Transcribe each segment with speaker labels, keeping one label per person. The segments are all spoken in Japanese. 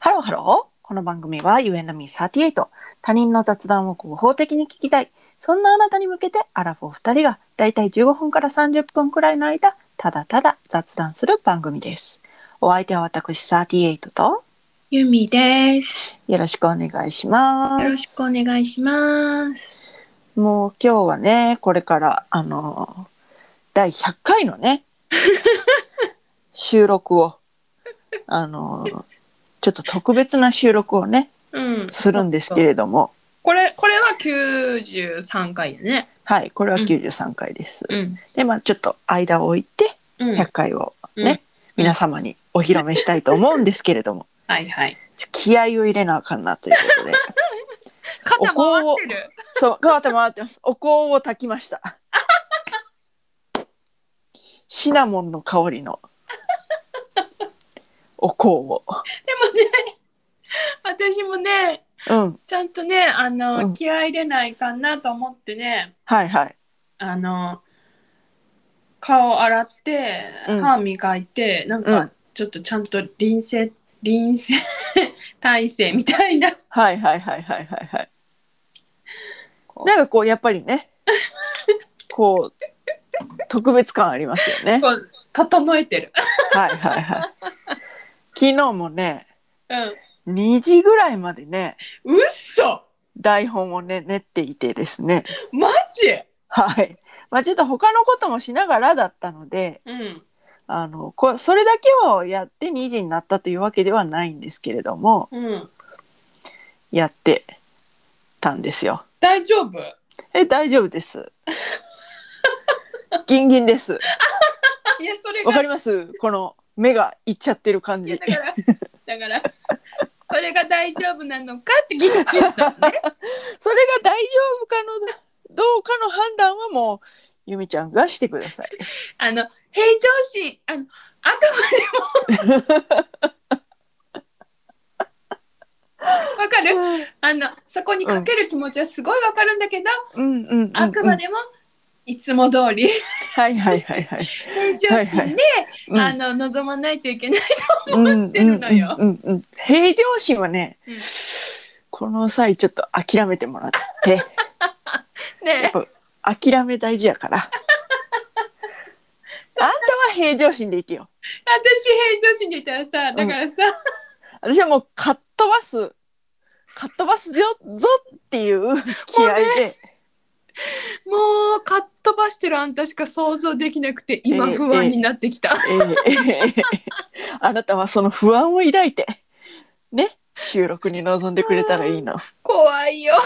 Speaker 1: ハローハロー。この番組は You and me38。他人の雑談を合法的に聞きたい。そんなあなたに向けてアラフォー2人がだいたい15分から30分くらいの間、ただただ雑談する番組です。お相手は私38と
Speaker 2: ゆみです。
Speaker 1: よろしくお願いします。
Speaker 2: よろしくお願いします。
Speaker 1: もう今日はね、これからあのー第100回の ね、収録を、あのーちょっと特別な収録をね、
Speaker 2: うん。
Speaker 1: するんですけれども、
Speaker 2: これこれは九十三回やね。
Speaker 1: はい、これは
Speaker 2: うん
Speaker 1: 93回です。
Speaker 2: うん。
Speaker 1: で、まあちょっと間を置いて、
Speaker 2: うん。
Speaker 1: 100回を
Speaker 2: うん
Speaker 1: ね、皆様にお披露目したいと思うんですけれど も、
Speaker 2: はいはい。
Speaker 1: ちょ気合を入れなあかんなという ことで、
Speaker 2: 肩回ってる。
Speaker 1: そう、変わって回ってます。お香を炊きま した。シナモンの香りのお香を。
Speaker 2: でもね、私もね、
Speaker 1: うん、
Speaker 2: ちゃんとね、あの、
Speaker 1: うん
Speaker 2: 気合い入れないかなと思ってね、
Speaker 1: はいはい。
Speaker 2: あの顔洗って、
Speaker 1: うん
Speaker 2: 歯磨いて、なん
Speaker 1: う
Speaker 2: か
Speaker 1: ん
Speaker 2: ちょっとちゃんと臨戦臨戦 体制みたいな。
Speaker 1: はいはいはいはいはいはい。なんかこう、やっぱりね、こう、特別感ありますよね。
Speaker 2: こう整えてる。
Speaker 1: はいはいはい。昨日もね、
Speaker 2: うん。
Speaker 1: 2時ぐらいまでね、
Speaker 2: うっそ
Speaker 1: 台本をね、練っていてですね。
Speaker 2: マジ
Speaker 1: はい。まあちょっと他のこともしながらだったので、
Speaker 2: うん。
Speaker 1: あのこそれだけをやって2時になったというわけではないんですけれども
Speaker 2: うん。
Speaker 1: やってたんですよ。
Speaker 2: 大丈夫
Speaker 1: え大丈夫 です。ギンギンです。
Speaker 2: いや、それ
Speaker 1: わか
Speaker 2: が、
Speaker 1: りますこの目がいっちゃってる感
Speaker 2: いや
Speaker 1: じ
Speaker 2: だ。から、 だから、それが大丈夫なのかって聞いてたのね。
Speaker 1: それが大丈夫かのどうかの判断はもうゆみちゃんがしてください。
Speaker 2: あの、平常心、あの、あくまでも。わか
Speaker 1: う
Speaker 2: る
Speaker 1: ん
Speaker 2: あの、そこにかける気持ちはすごいわかるんだけど、
Speaker 1: うんうんうん。
Speaker 2: あくまでも、いつも通り、
Speaker 1: はいはいはいはい。
Speaker 2: 平常心で、
Speaker 1: うん
Speaker 2: あの、望まないといけない。
Speaker 1: 思
Speaker 2: ってるのよ
Speaker 1: うんうんうんうん、平常心はね、
Speaker 2: うん
Speaker 1: この際ちょっと諦めてもらって。やっ
Speaker 2: ね
Speaker 1: ぱ諦め大事やから。あんたは平常心でいてよ。
Speaker 2: 私、平常心でいたらさ、だからさ、
Speaker 1: 私はもうかっ飛ばす、かっ飛ばすよぞっていう気合で。
Speaker 2: もうかっ飛ばしてるあんたしか想像できなくて今
Speaker 1: ええ
Speaker 2: 不安になってきた、
Speaker 1: ええええあなたはその不安を抱いて、ね、収録に臨んでくれたらいいの。
Speaker 2: 怖いよ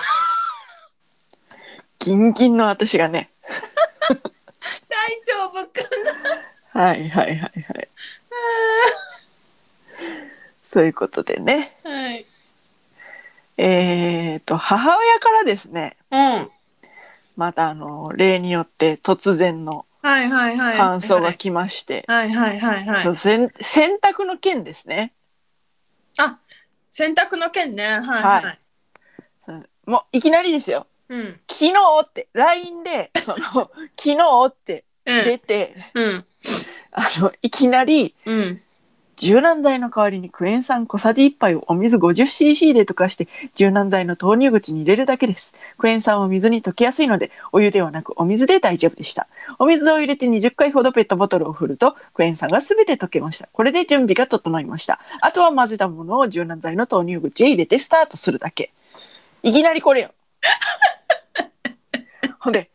Speaker 1: ギンギンの私がね。
Speaker 2: 大丈夫か
Speaker 1: はいはいはいはい。そういうことでね。
Speaker 2: なはい
Speaker 1: えっ、と、母親からですね、
Speaker 2: うん
Speaker 1: またあの、例によって突然の
Speaker 2: はいはいはい
Speaker 1: 感想が来まして、
Speaker 2: はいはいはいはい
Speaker 1: そうせん洗濯の件ですね。
Speaker 2: あ洗濯の件ねはいはい、
Speaker 1: はそうもういきなりですよ。
Speaker 2: うん
Speaker 1: 昨日って、LINE で、その、 昨日って出て、
Speaker 2: うん
Speaker 1: あの、いきなり、
Speaker 2: うんうん
Speaker 1: 柔軟剤の代わりにクエン酸小さじ1杯をお水 50cc で溶かして柔軟剤の投入口に入れるだけです。クエン酸は水に溶けやすいのでお湯ではなくお水で大丈夫でした。お水を入れて20回ほどペットボトルを振るとクエン酸がすべて溶けました。これで準備が整いました。あとは混ぜたものを柔軟剤の投入口へ入れてスタートするだけ。いきなりこれよ。ほんで、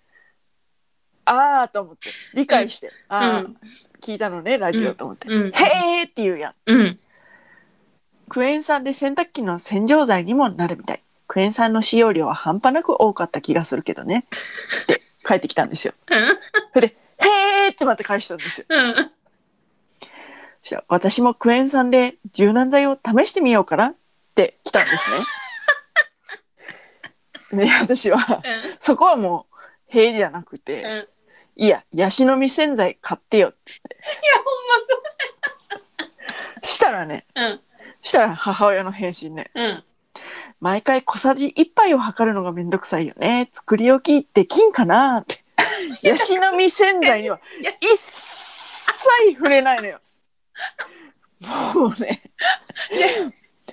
Speaker 1: あーと思って理解して、あー、聞いたのね、ラジオと思って。
Speaker 2: うん
Speaker 1: へーって言うやん。
Speaker 2: うん
Speaker 1: クエン酸で洗濯機の洗浄剤にもなるみたい。クエン酸の使用量は半端なく多かった気がするけどね。って返ってきたんですよ。
Speaker 2: うん
Speaker 1: へーってまた返したんですよ。
Speaker 2: うん
Speaker 1: そしたら私もクエン酸で柔軟剤を試してみようかなって来たんですね。で、私は、そこはもう、へーじゃなく
Speaker 2: うんい
Speaker 1: て、い
Speaker 2: や
Speaker 1: や、ヤシの実洗剤買ってよっつって。
Speaker 2: ほ
Speaker 1: したらね、
Speaker 2: んまそう
Speaker 1: したら母親の返信ね、
Speaker 2: うんうん
Speaker 1: 毎回小さじ1杯を測るのがめんどくさいよね。作り置きできんかな って。ヤシの実洗剤にはい
Speaker 2: や
Speaker 1: 一切触れないのよ。もうね。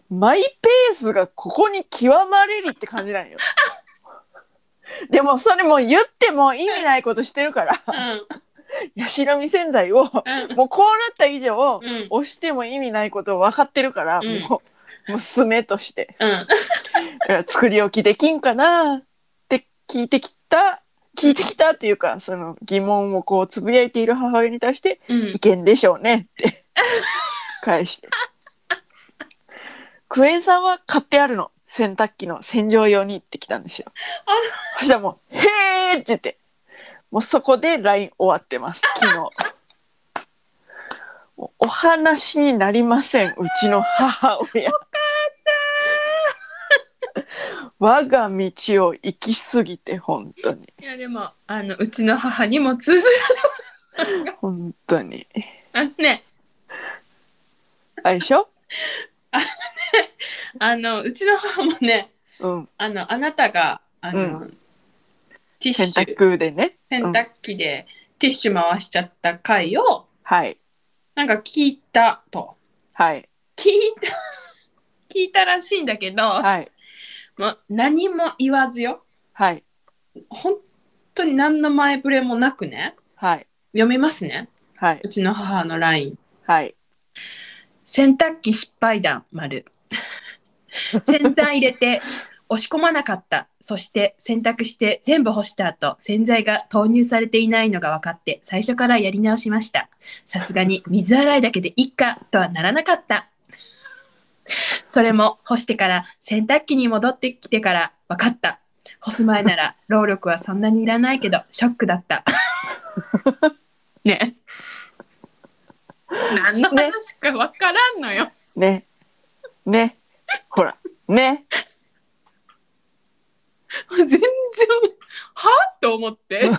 Speaker 1: マイペースがここに極まれりって感じなんよ。でもそれもう言っても意味ないことしてるから、ヤシの実洗剤を、もうこうなった以上、
Speaker 2: うん。うん。
Speaker 1: 押しても意味ないことを分かってるから、
Speaker 2: うん
Speaker 1: もう、娘として、
Speaker 2: うん。
Speaker 1: だから作り置きできんかなって聞いてきた、聞いてきたっていうか、その疑問をこうつぶやいている母親に対して、
Speaker 2: うん
Speaker 1: 意。見でしょうねって返してクエン酸は買ってあるの洗濯機の洗浄用にって来たんですよ
Speaker 2: あ
Speaker 1: そしたらもう「へえ!」って言ってもうそこで LINE 終わってます昨日もうお話になりませんうちの母親我が道を行き過ぎて本当に
Speaker 2: いやでもあのうちの母にも通ずる
Speaker 1: 本当に
Speaker 2: あのね
Speaker 1: あれでしょ
Speaker 2: あのうちの母もね
Speaker 1: うん
Speaker 2: あのあなたがあの、
Speaker 1: う
Speaker 2: ティッシ
Speaker 1: 洗
Speaker 2: ュ洗濯
Speaker 1: 濯でね
Speaker 2: 機でティッシュ回しちゃった回を
Speaker 1: はい
Speaker 2: なんか聞いたと
Speaker 1: はい
Speaker 2: 聞いた 聞いたらしいんだけど、
Speaker 1: はい
Speaker 2: もう何も言わずよ
Speaker 1: はい
Speaker 2: 本当に何の前触れもなくね
Speaker 1: はい
Speaker 2: 読みますね
Speaker 1: はいう
Speaker 2: ちの母の LINE
Speaker 1: はい
Speaker 2: 洗濯機失敗談丸洗剤入れて押し込まなかったそして洗濯して全部干した後洗剤が投入されていないのが分かって最初からやり直しましたさすがに水洗いだけでいっかとはならなかったそれも干してから洗濯機に戻ってきてから分かった干す前なら労力はそんなにいらないけどショックだったね何の話か分からんのよ、
Speaker 1: ねねほらね
Speaker 2: 全然はと思っ てもう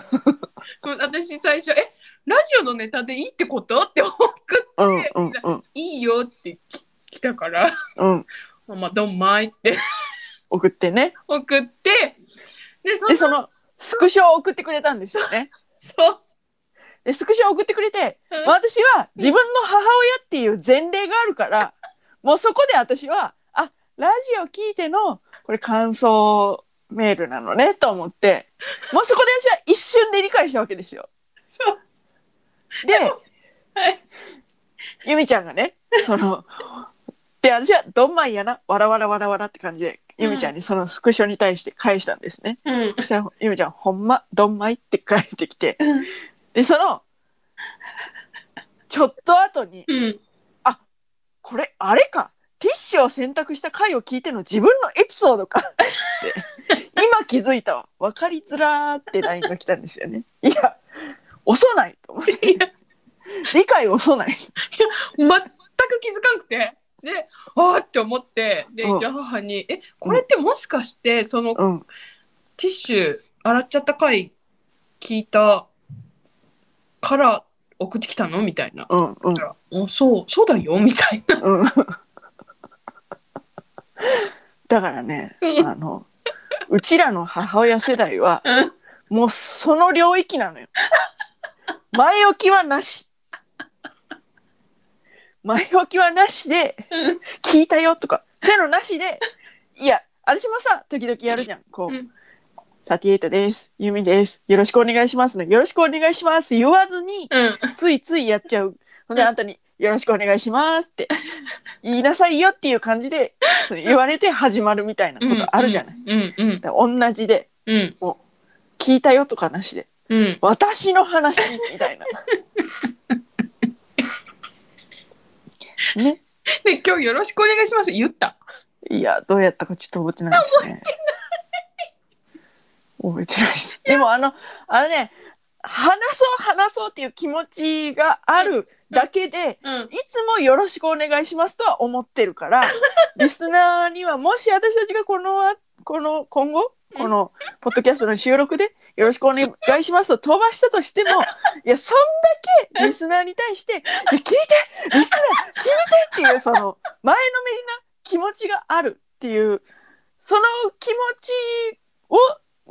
Speaker 2: 私最初「えラジオのネタでいいってこと?」って送って
Speaker 1: うんうんうん
Speaker 2: 「いいよ」ってき来たから
Speaker 1: うん
Speaker 2: 「まあどんまい」って
Speaker 1: 送ってね
Speaker 2: 送ってでそ
Speaker 1: で
Speaker 2: の
Speaker 1: そのスクショを送ってくれたんですよね
Speaker 2: そう
Speaker 1: でスクショを送ってくれて
Speaker 2: うん
Speaker 1: 私は自分の母親っていう前例があるからもうそこで私はあラジオ聞いてのこれ感想メールなのねと思ってもうそこで私は一瞬で理解したわけですよ
Speaker 2: そう
Speaker 1: で、
Speaker 2: はい
Speaker 1: ゆみちゃんがね、 その、で、私はどんまいやな、わらわらわらわらって感じで、ゆみちゃんにそのスクショに対して返したんですね。
Speaker 2: うん
Speaker 1: そしたら、ゆみちゃん、ほんま、どんまいって返ってきて
Speaker 2: うん、
Speaker 1: で、その、ちょっと後に、
Speaker 2: うん
Speaker 1: これ、あれか、ティッシュを選択した回を聞いての自分のエピソードかって、今気づいたわ。わかりづらーって LINE が来たんですよね。いや、遅ないと思って。理解遅ない。
Speaker 2: 全く気づかなくてで「ああ」って思ってで
Speaker 1: うん
Speaker 2: 一応母に「えこれってもしかしてその
Speaker 1: うん。
Speaker 2: ティッシュ洗っちゃった回聞いたから送ってきたのみたいな。
Speaker 1: うんうん
Speaker 2: だからうんそうそうだよみたいな。
Speaker 1: うんだからね
Speaker 2: う ん
Speaker 1: あのうちらの母親世代は
Speaker 2: うん
Speaker 1: もうその領域なの よ前置きはなし前置きはなしで
Speaker 2: うん
Speaker 1: 聞いたよとかそういうのなしでいや私もさ時々やるじゃんこう
Speaker 2: うん
Speaker 1: 「サティエイトですユミですよろしくお願いします」の「よろしくお願いします」言わずに
Speaker 2: うん
Speaker 1: ついついやっちゃう。ほんで、あんたに、よろしくお願いしますって、言いなさいよっていう感じで、それ言われて始まるみたいなことあるじゃない。。
Speaker 2: うんうん
Speaker 1: だから同じで、
Speaker 2: うん
Speaker 1: 聞いたよとかなしで、
Speaker 2: うん。
Speaker 1: 私の話みたいな。ね。
Speaker 2: で今日よろしくお願いします言った。
Speaker 1: いや、どうやったかちょっと覚えてないですね。覚えてないです。でも、あの、あのね、話そう話そうっていう気持ちがあるだけで、
Speaker 2: うん
Speaker 1: いつもよろしくお願いしますとは思ってるから、リスナーにはもし私たちがこのあ、この、今後、この、ポッドキャストの収録で、よろしくお願いしますと飛ばしたとしても、いや、そんだけリスナーに対して、いや、聞いてリスナー、聞いてっていう、その、前のめりな気持ちがあるっていう、その気持ちを、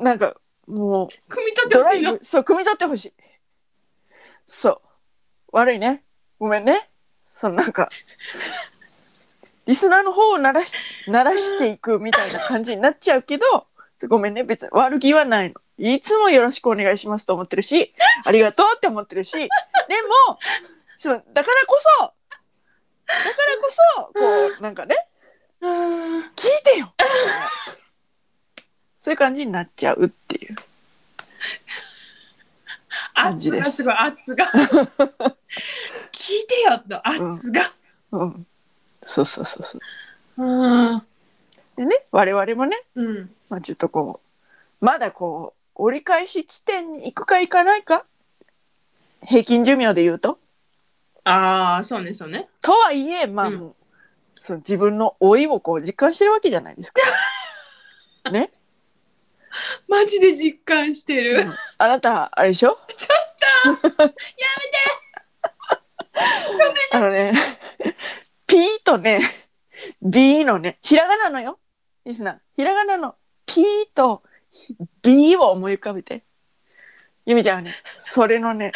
Speaker 1: なんか、もう、
Speaker 2: 組み立て
Speaker 1: ド
Speaker 2: ほ
Speaker 1: ラ
Speaker 2: し
Speaker 1: イ
Speaker 2: いの。
Speaker 1: ブ、そう、組み立ってほしい。そう。悪いね。ごめんね。そのなんか、リスナーの方を鳴らし鳴らしていくみたいな感じになっちゃうけどごめんね別に悪気はないのいつもよろしくお願いしますと思ってるしありがとうって思ってるしでもそうだからこそだからこそこうなんかね
Speaker 2: うん
Speaker 1: 聞いてよそういう感じになっちゃうっていう感じ
Speaker 2: 圧
Speaker 1: で
Speaker 2: が
Speaker 1: す
Speaker 2: すごい 圧が聞いてよと圧が、
Speaker 1: うんそうそうそうそう
Speaker 2: うん
Speaker 1: でね我々もね
Speaker 2: うん、
Speaker 1: まあ、ちょっとこうまだこう折り返し地点に行くか行かないか平均寿命で言うと
Speaker 2: ああそうねそうね
Speaker 1: とはいえまあ
Speaker 2: うん
Speaker 1: もう、その自分の老いをこう実感してるわけじゃないですかね
Speaker 2: マジで実感してる、
Speaker 1: うんあなたあれでしょ
Speaker 2: ちょっ
Speaker 1: あのね P とね B のねひらがなのよリスナーひらがなの P と B を思い浮かべてゆみちゃんはねそれのね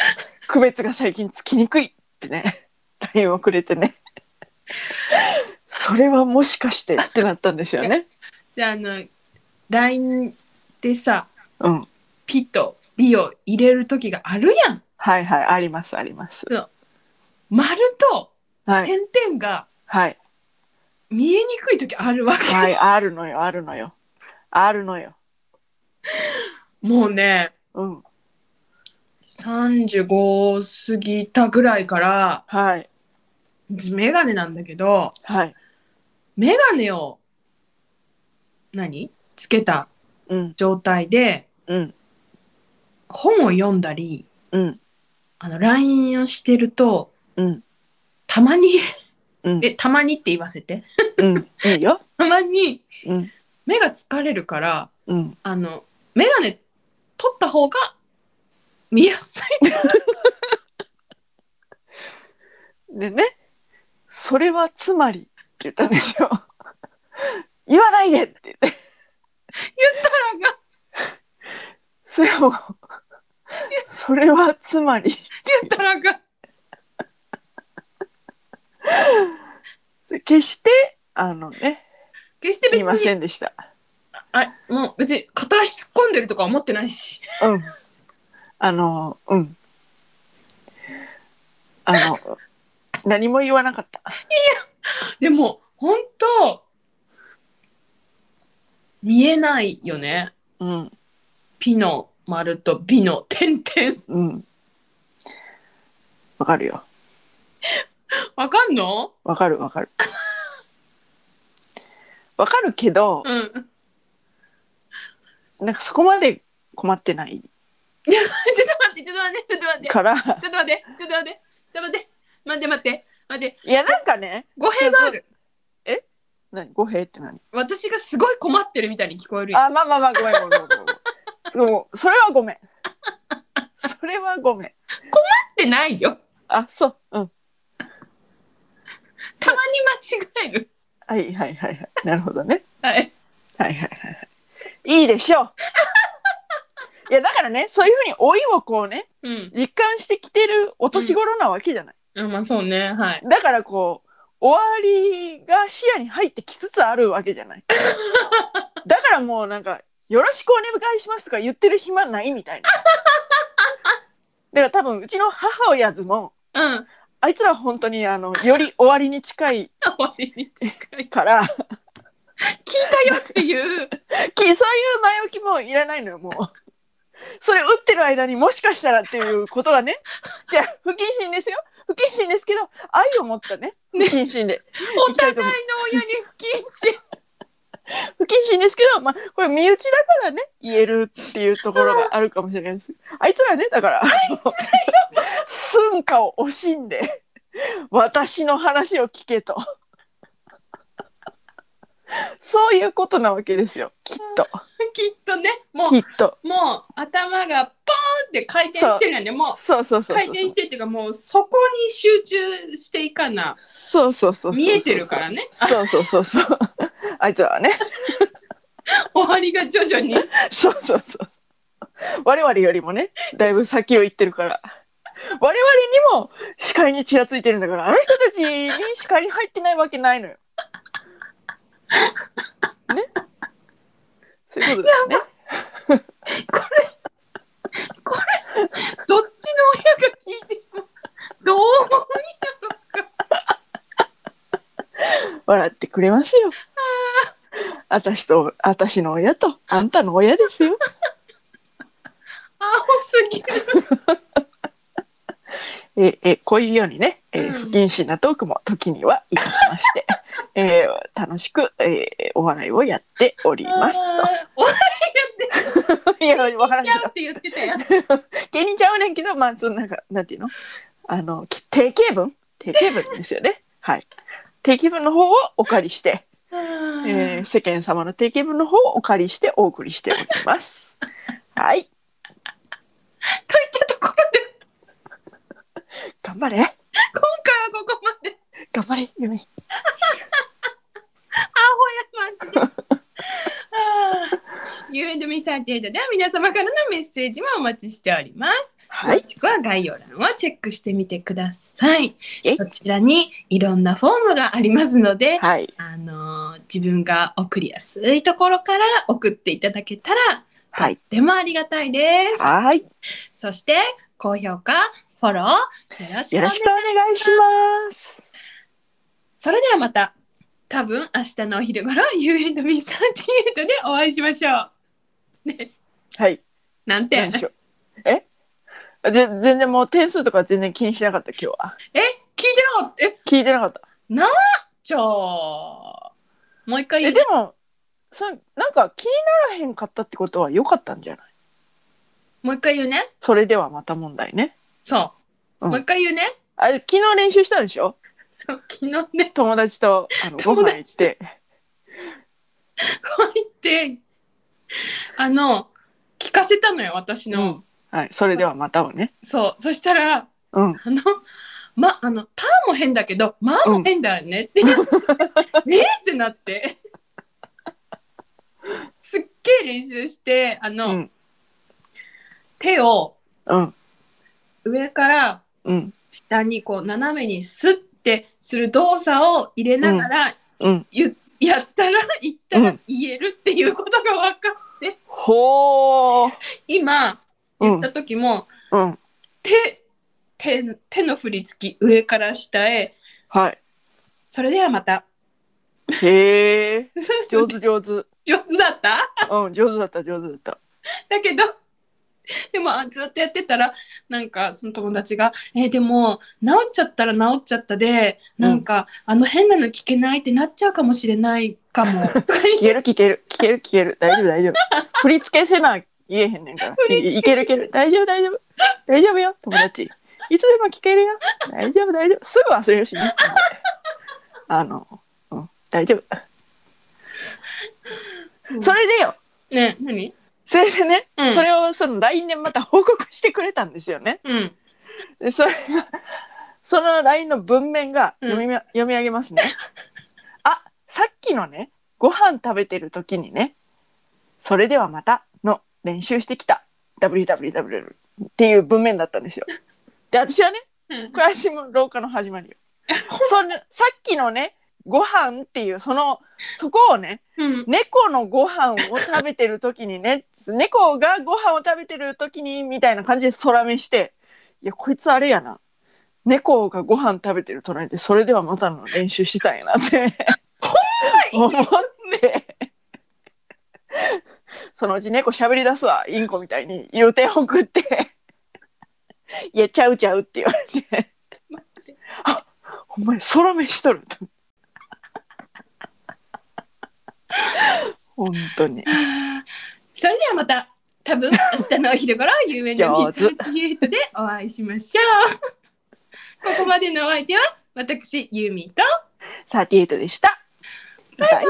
Speaker 1: 区別が最近つきにくいってね LINE をくれてねそれはもしかしてってなったんですよね
Speaker 2: じゃああの LINE でさ
Speaker 1: うん
Speaker 2: ピとビを入れる時があるやん
Speaker 1: はいはいありますあります
Speaker 2: 丸と
Speaker 1: はい
Speaker 2: 点々が
Speaker 1: はい
Speaker 2: 見えにくい時あるわけ、
Speaker 1: はいあるのよあるのよあるのよ
Speaker 2: もうね
Speaker 1: うん
Speaker 2: 35過ぎたぐらいから
Speaker 1: はい
Speaker 2: メガネなんだけど
Speaker 1: はい
Speaker 2: メガネを何つけた
Speaker 1: うん
Speaker 2: 状態で
Speaker 1: うん
Speaker 2: 本を読んだり
Speaker 1: うん
Speaker 2: あの LINE をしてると
Speaker 1: うん
Speaker 2: たまに
Speaker 1: うん
Speaker 2: えたまにって言わせて
Speaker 1: うんいいよ
Speaker 2: たまに
Speaker 1: うん
Speaker 2: 目が疲れるから
Speaker 1: うん
Speaker 2: あのメガネ取った方が見やすい
Speaker 1: でねそれはつまりって言ったんですよ 言わないでって言って
Speaker 2: からが
Speaker 1: それ をそれはつまり
Speaker 2: 言ったらが
Speaker 1: 決してあのね
Speaker 2: 決して
Speaker 1: 言い
Speaker 2: 別
Speaker 1: ま
Speaker 2: に
Speaker 1: せんでした
Speaker 2: あもう別に片足突っ込んでるとか思ってないし
Speaker 1: うんあのうんあの何も言わなかった
Speaker 2: でも本当見えないよね
Speaker 1: うん
Speaker 2: ピの丸とビの点々
Speaker 1: うんわかるよ
Speaker 2: わかんの
Speaker 1: わかるわかる わかるけど
Speaker 2: うん
Speaker 1: なんかそこまで困ってない
Speaker 2: ちょっと待って、ちょっと待って、ちょっと待って、
Speaker 1: から
Speaker 2: ちょっと待って、ちょっと待って、ちょっと待って、待って、待って、待って、
Speaker 1: いやなんかね
Speaker 2: 語弊がある。
Speaker 1: 何語弊って何
Speaker 2: 私がすごい困ってるみたいに聞こえるよ。
Speaker 1: あまあまあまあごめんごめんごめんごめんごめんもうそれはごめんそれはごめん
Speaker 2: ってないよ。
Speaker 1: あそううん
Speaker 2: たまに間違える。
Speaker 1: はいはいはいはいなるほどね
Speaker 2: はい。
Speaker 1: はいはいはいはいいいでしょういやだからねそういうふうに老いをこうね
Speaker 2: うん。
Speaker 1: 実感してきてるお年頃なわけじゃない、
Speaker 2: うんまあそうね、はい。
Speaker 1: だからこう終わりが視野に入ってきつつあるわけじゃないだからもうなんか「よろしくお願いします」とか言ってる暇ないみたいなだから多分うちの母親ずも
Speaker 2: うん。
Speaker 1: あいつら本当にあのより終わりに近い
Speaker 2: 終わりに近い。
Speaker 1: からき
Speaker 2: 聞いたよっていう。
Speaker 1: そういう前置きもいらないのよもうそれ打ってる間にもしかしたらっていうことがねじゃあ不謹慎ですよ不謹慎ですけど愛を持ったね不謹慎で
Speaker 2: お互いの親に不謹慎。
Speaker 1: 不謹慎ですけど、まあ、これ身内だからね、言えるっていうところがあるかもしれないです。あいつらね、だから、寸歌を惜しんで、私の話を聞けと。そういうことなわけですよ。きっと。
Speaker 2: きっとね、も
Speaker 1: きっと。
Speaker 2: う、もう頭がポーンって回転してるよね。もう
Speaker 1: そうそうそうそう。
Speaker 2: 回転してっていうか、もうそこに集中していかな。
Speaker 1: そうそうそうそう。
Speaker 2: 見えてるから。ね。
Speaker 1: そうそうそうそう。あいつらはね。
Speaker 2: 終わりが徐々に。
Speaker 1: そうそうそうそう。我々よりもね、だいぶ先を行ってるから。我々にも視界にちらついてるんだから、あの人たちに視界に入ってないわけないのよ。ことですね。
Speaker 2: これ、これ、どっちの親が聞いても、どう思う
Speaker 1: 笑ってくれますよ。私と、私の親と、あんたの親ですよ。
Speaker 2: 青すぎる。
Speaker 1: え、え、こういうようにね、えー
Speaker 2: うん
Speaker 1: 不謹慎なトークも時には生かしまして、えー楽しく、えーお笑いをやっております
Speaker 2: あーお笑
Speaker 1: と。いや、わからん
Speaker 2: い
Speaker 1: け
Speaker 2: ちゃ
Speaker 1: ど
Speaker 2: うっ、て言ってたやん。
Speaker 1: 芸人ちゃうねんけど、まあ、そのなんか、なんていうのあの、き定型文定型文ですよね。はい。定型文の方をお借りして、えー世間様の定型文の方をお借りしてお送りしております。はい。
Speaker 2: といったところで、
Speaker 1: 頑張れ
Speaker 2: 今回はここま で。
Speaker 1: 頑張れゆみ。
Speaker 2: アホや、マジで。あー You and me 38では皆様からのメッセージもお待ちしております。
Speaker 1: はい
Speaker 2: 詳。しくは概要欄をチェックしてみてください。
Speaker 1: イェイ
Speaker 2: こちらにいろんなフォームがありますので、
Speaker 1: はい。
Speaker 2: あのー自分が送りやすいところから送っていただけたら
Speaker 1: はい。
Speaker 2: とてもありがたいです。
Speaker 1: はい。
Speaker 2: そして高評価、フォローよろしくお
Speaker 1: よ
Speaker 2: 願
Speaker 1: ろ
Speaker 2: い
Speaker 1: しくお願いします。
Speaker 2: それではまた多分明日のお昼頃 You and me38 でお会いしましょう。ね、
Speaker 1: はい。
Speaker 2: なん
Speaker 1: 何
Speaker 2: て
Speaker 1: でしょう。えあぜ全然もう点数とか全然気にしなかった今日は。
Speaker 2: 聞いてなかったえ
Speaker 1: 聞いてなかった。
Speaker 2: じゃあもう一回言
Speaker 1: え、
Speaker 2: うね
Speaker 1: でも、そなんか気にならへんかったってことは良かったんじゃない
Speaker 2: もう一回言うね。
Speaker 1: それではまた問題ね。
Speaker 2: そう。
Speaker 1: うん
Speaker 2: もう一回言うね。
Speaker 1: あれ、昨日練習したんでしょ
Speaker 2: そう、昨日ね、
Speaker 1: 友達とあのご
Speaker 2: 友
Speaker 1: 飯行っ
Speaker 2: 達と
Speaker 1: て。
Speaker 2: こう言って、あの、聞かせたのよ、私の。
Speaker 1: うんはい。それではまたをね。
Speaker 2: そう。そしたら、
Speaker 1: うん。
Speaker 2: あの、ま、あの、たーも変だけど、まあも変だよねって、えって なって。すっげえ練習して、あの、
Speaker 1: うん
Speaker 2: 手を
Speaker 1: うん。
Speaker 2: 上から
Speaker 1: うん。
Speaker 2: 下にこう斜めにスッてする動作を入れながら、
Speaker 1: うん。
Speaker 2: ゆやったら言った
Speaker 1: う
Speaker 2: ら
Speaker 1: ん
Speaker 2: 言えるっていうことが分かって、
Speaker 1: ほー。
Speaker 2: 今
Speaker 1: う
Speaker 2: 言っ
Speaker 1: ん。
Speaker 2: た時も、
Speaker 1: うん。
Speaker 2: 手手手の振り付き上から下へ
Speaker 1: はい。
Speaker 2: それではまた
Speaker 1: へー。上
Speaker 2: 上
Speaker 1: 手上手。
Speaker 2: 手だった
Speaker 1: うん。上手だった上手だった。
Speaker 2: だけどでもあずっとやってたらなんかその友達が「えーでも治っちゃったら治っちゃったでなんか、あの変なの聞けないってなっちゃうかもしれないかも」とか言っ
Speaker 1: 聞ける聞ける聞ける聞ける大丈夫大丈夫振り付けせな言えへんねんから
Speaker 2: 振り付
Speaker 1: いいけるいける大丈夫大丈夫大丈夫よ友達いつでも聞けるよ大丈夫大丈夫すぐ忘れるしねあの、うん、大丈
Speaker 2: う
Speaker 1: 夫
Speaker 2: ん
Speaker 1: それでよ
Speaker 2: てね何
Speaker 1: それでね、
Speaker 2: うん
Speaker 1: それをその LINE でまた報告してくれたんですよね
Speaker 2: うん
Speaker 1: でそれがその LINE の文面が
Speaker 2: うん
Speaker 1: 読み,、読み上げますね。あさっきのねご飯食べてる時にね「それではまた」の練習してきた WWW っていう文面だったんですよ。で私はね
Speaker 2: うん
Speaker 1: これ私も廊下の始まりよ。そのさっきのねご飯っていうそのそこをね
Speaker 2: うん
Speaker 1: 猫のご飯を食べてる時にね 猫がご飯を食べてる時にみたいな感じで空目していやこいつあれやな猫がご飯食べてる隣でそれではまたの練習してたんやなって思って そのうち猫喋り出すわインコみたいに言うて送って 「いやちゃうちゃう」って言われて
Speaker 2: 待って
Speaker 1: 「あお前空目しとる」と本当に。
Speaker 2: それではまた多分明日のお昼頃 u n
Speaker 1: 上手
Speaker 2: m 8でお会いしましょう。ここまでのお相手は私ユーミンと
Speaker 1: 38でした。バイバイ。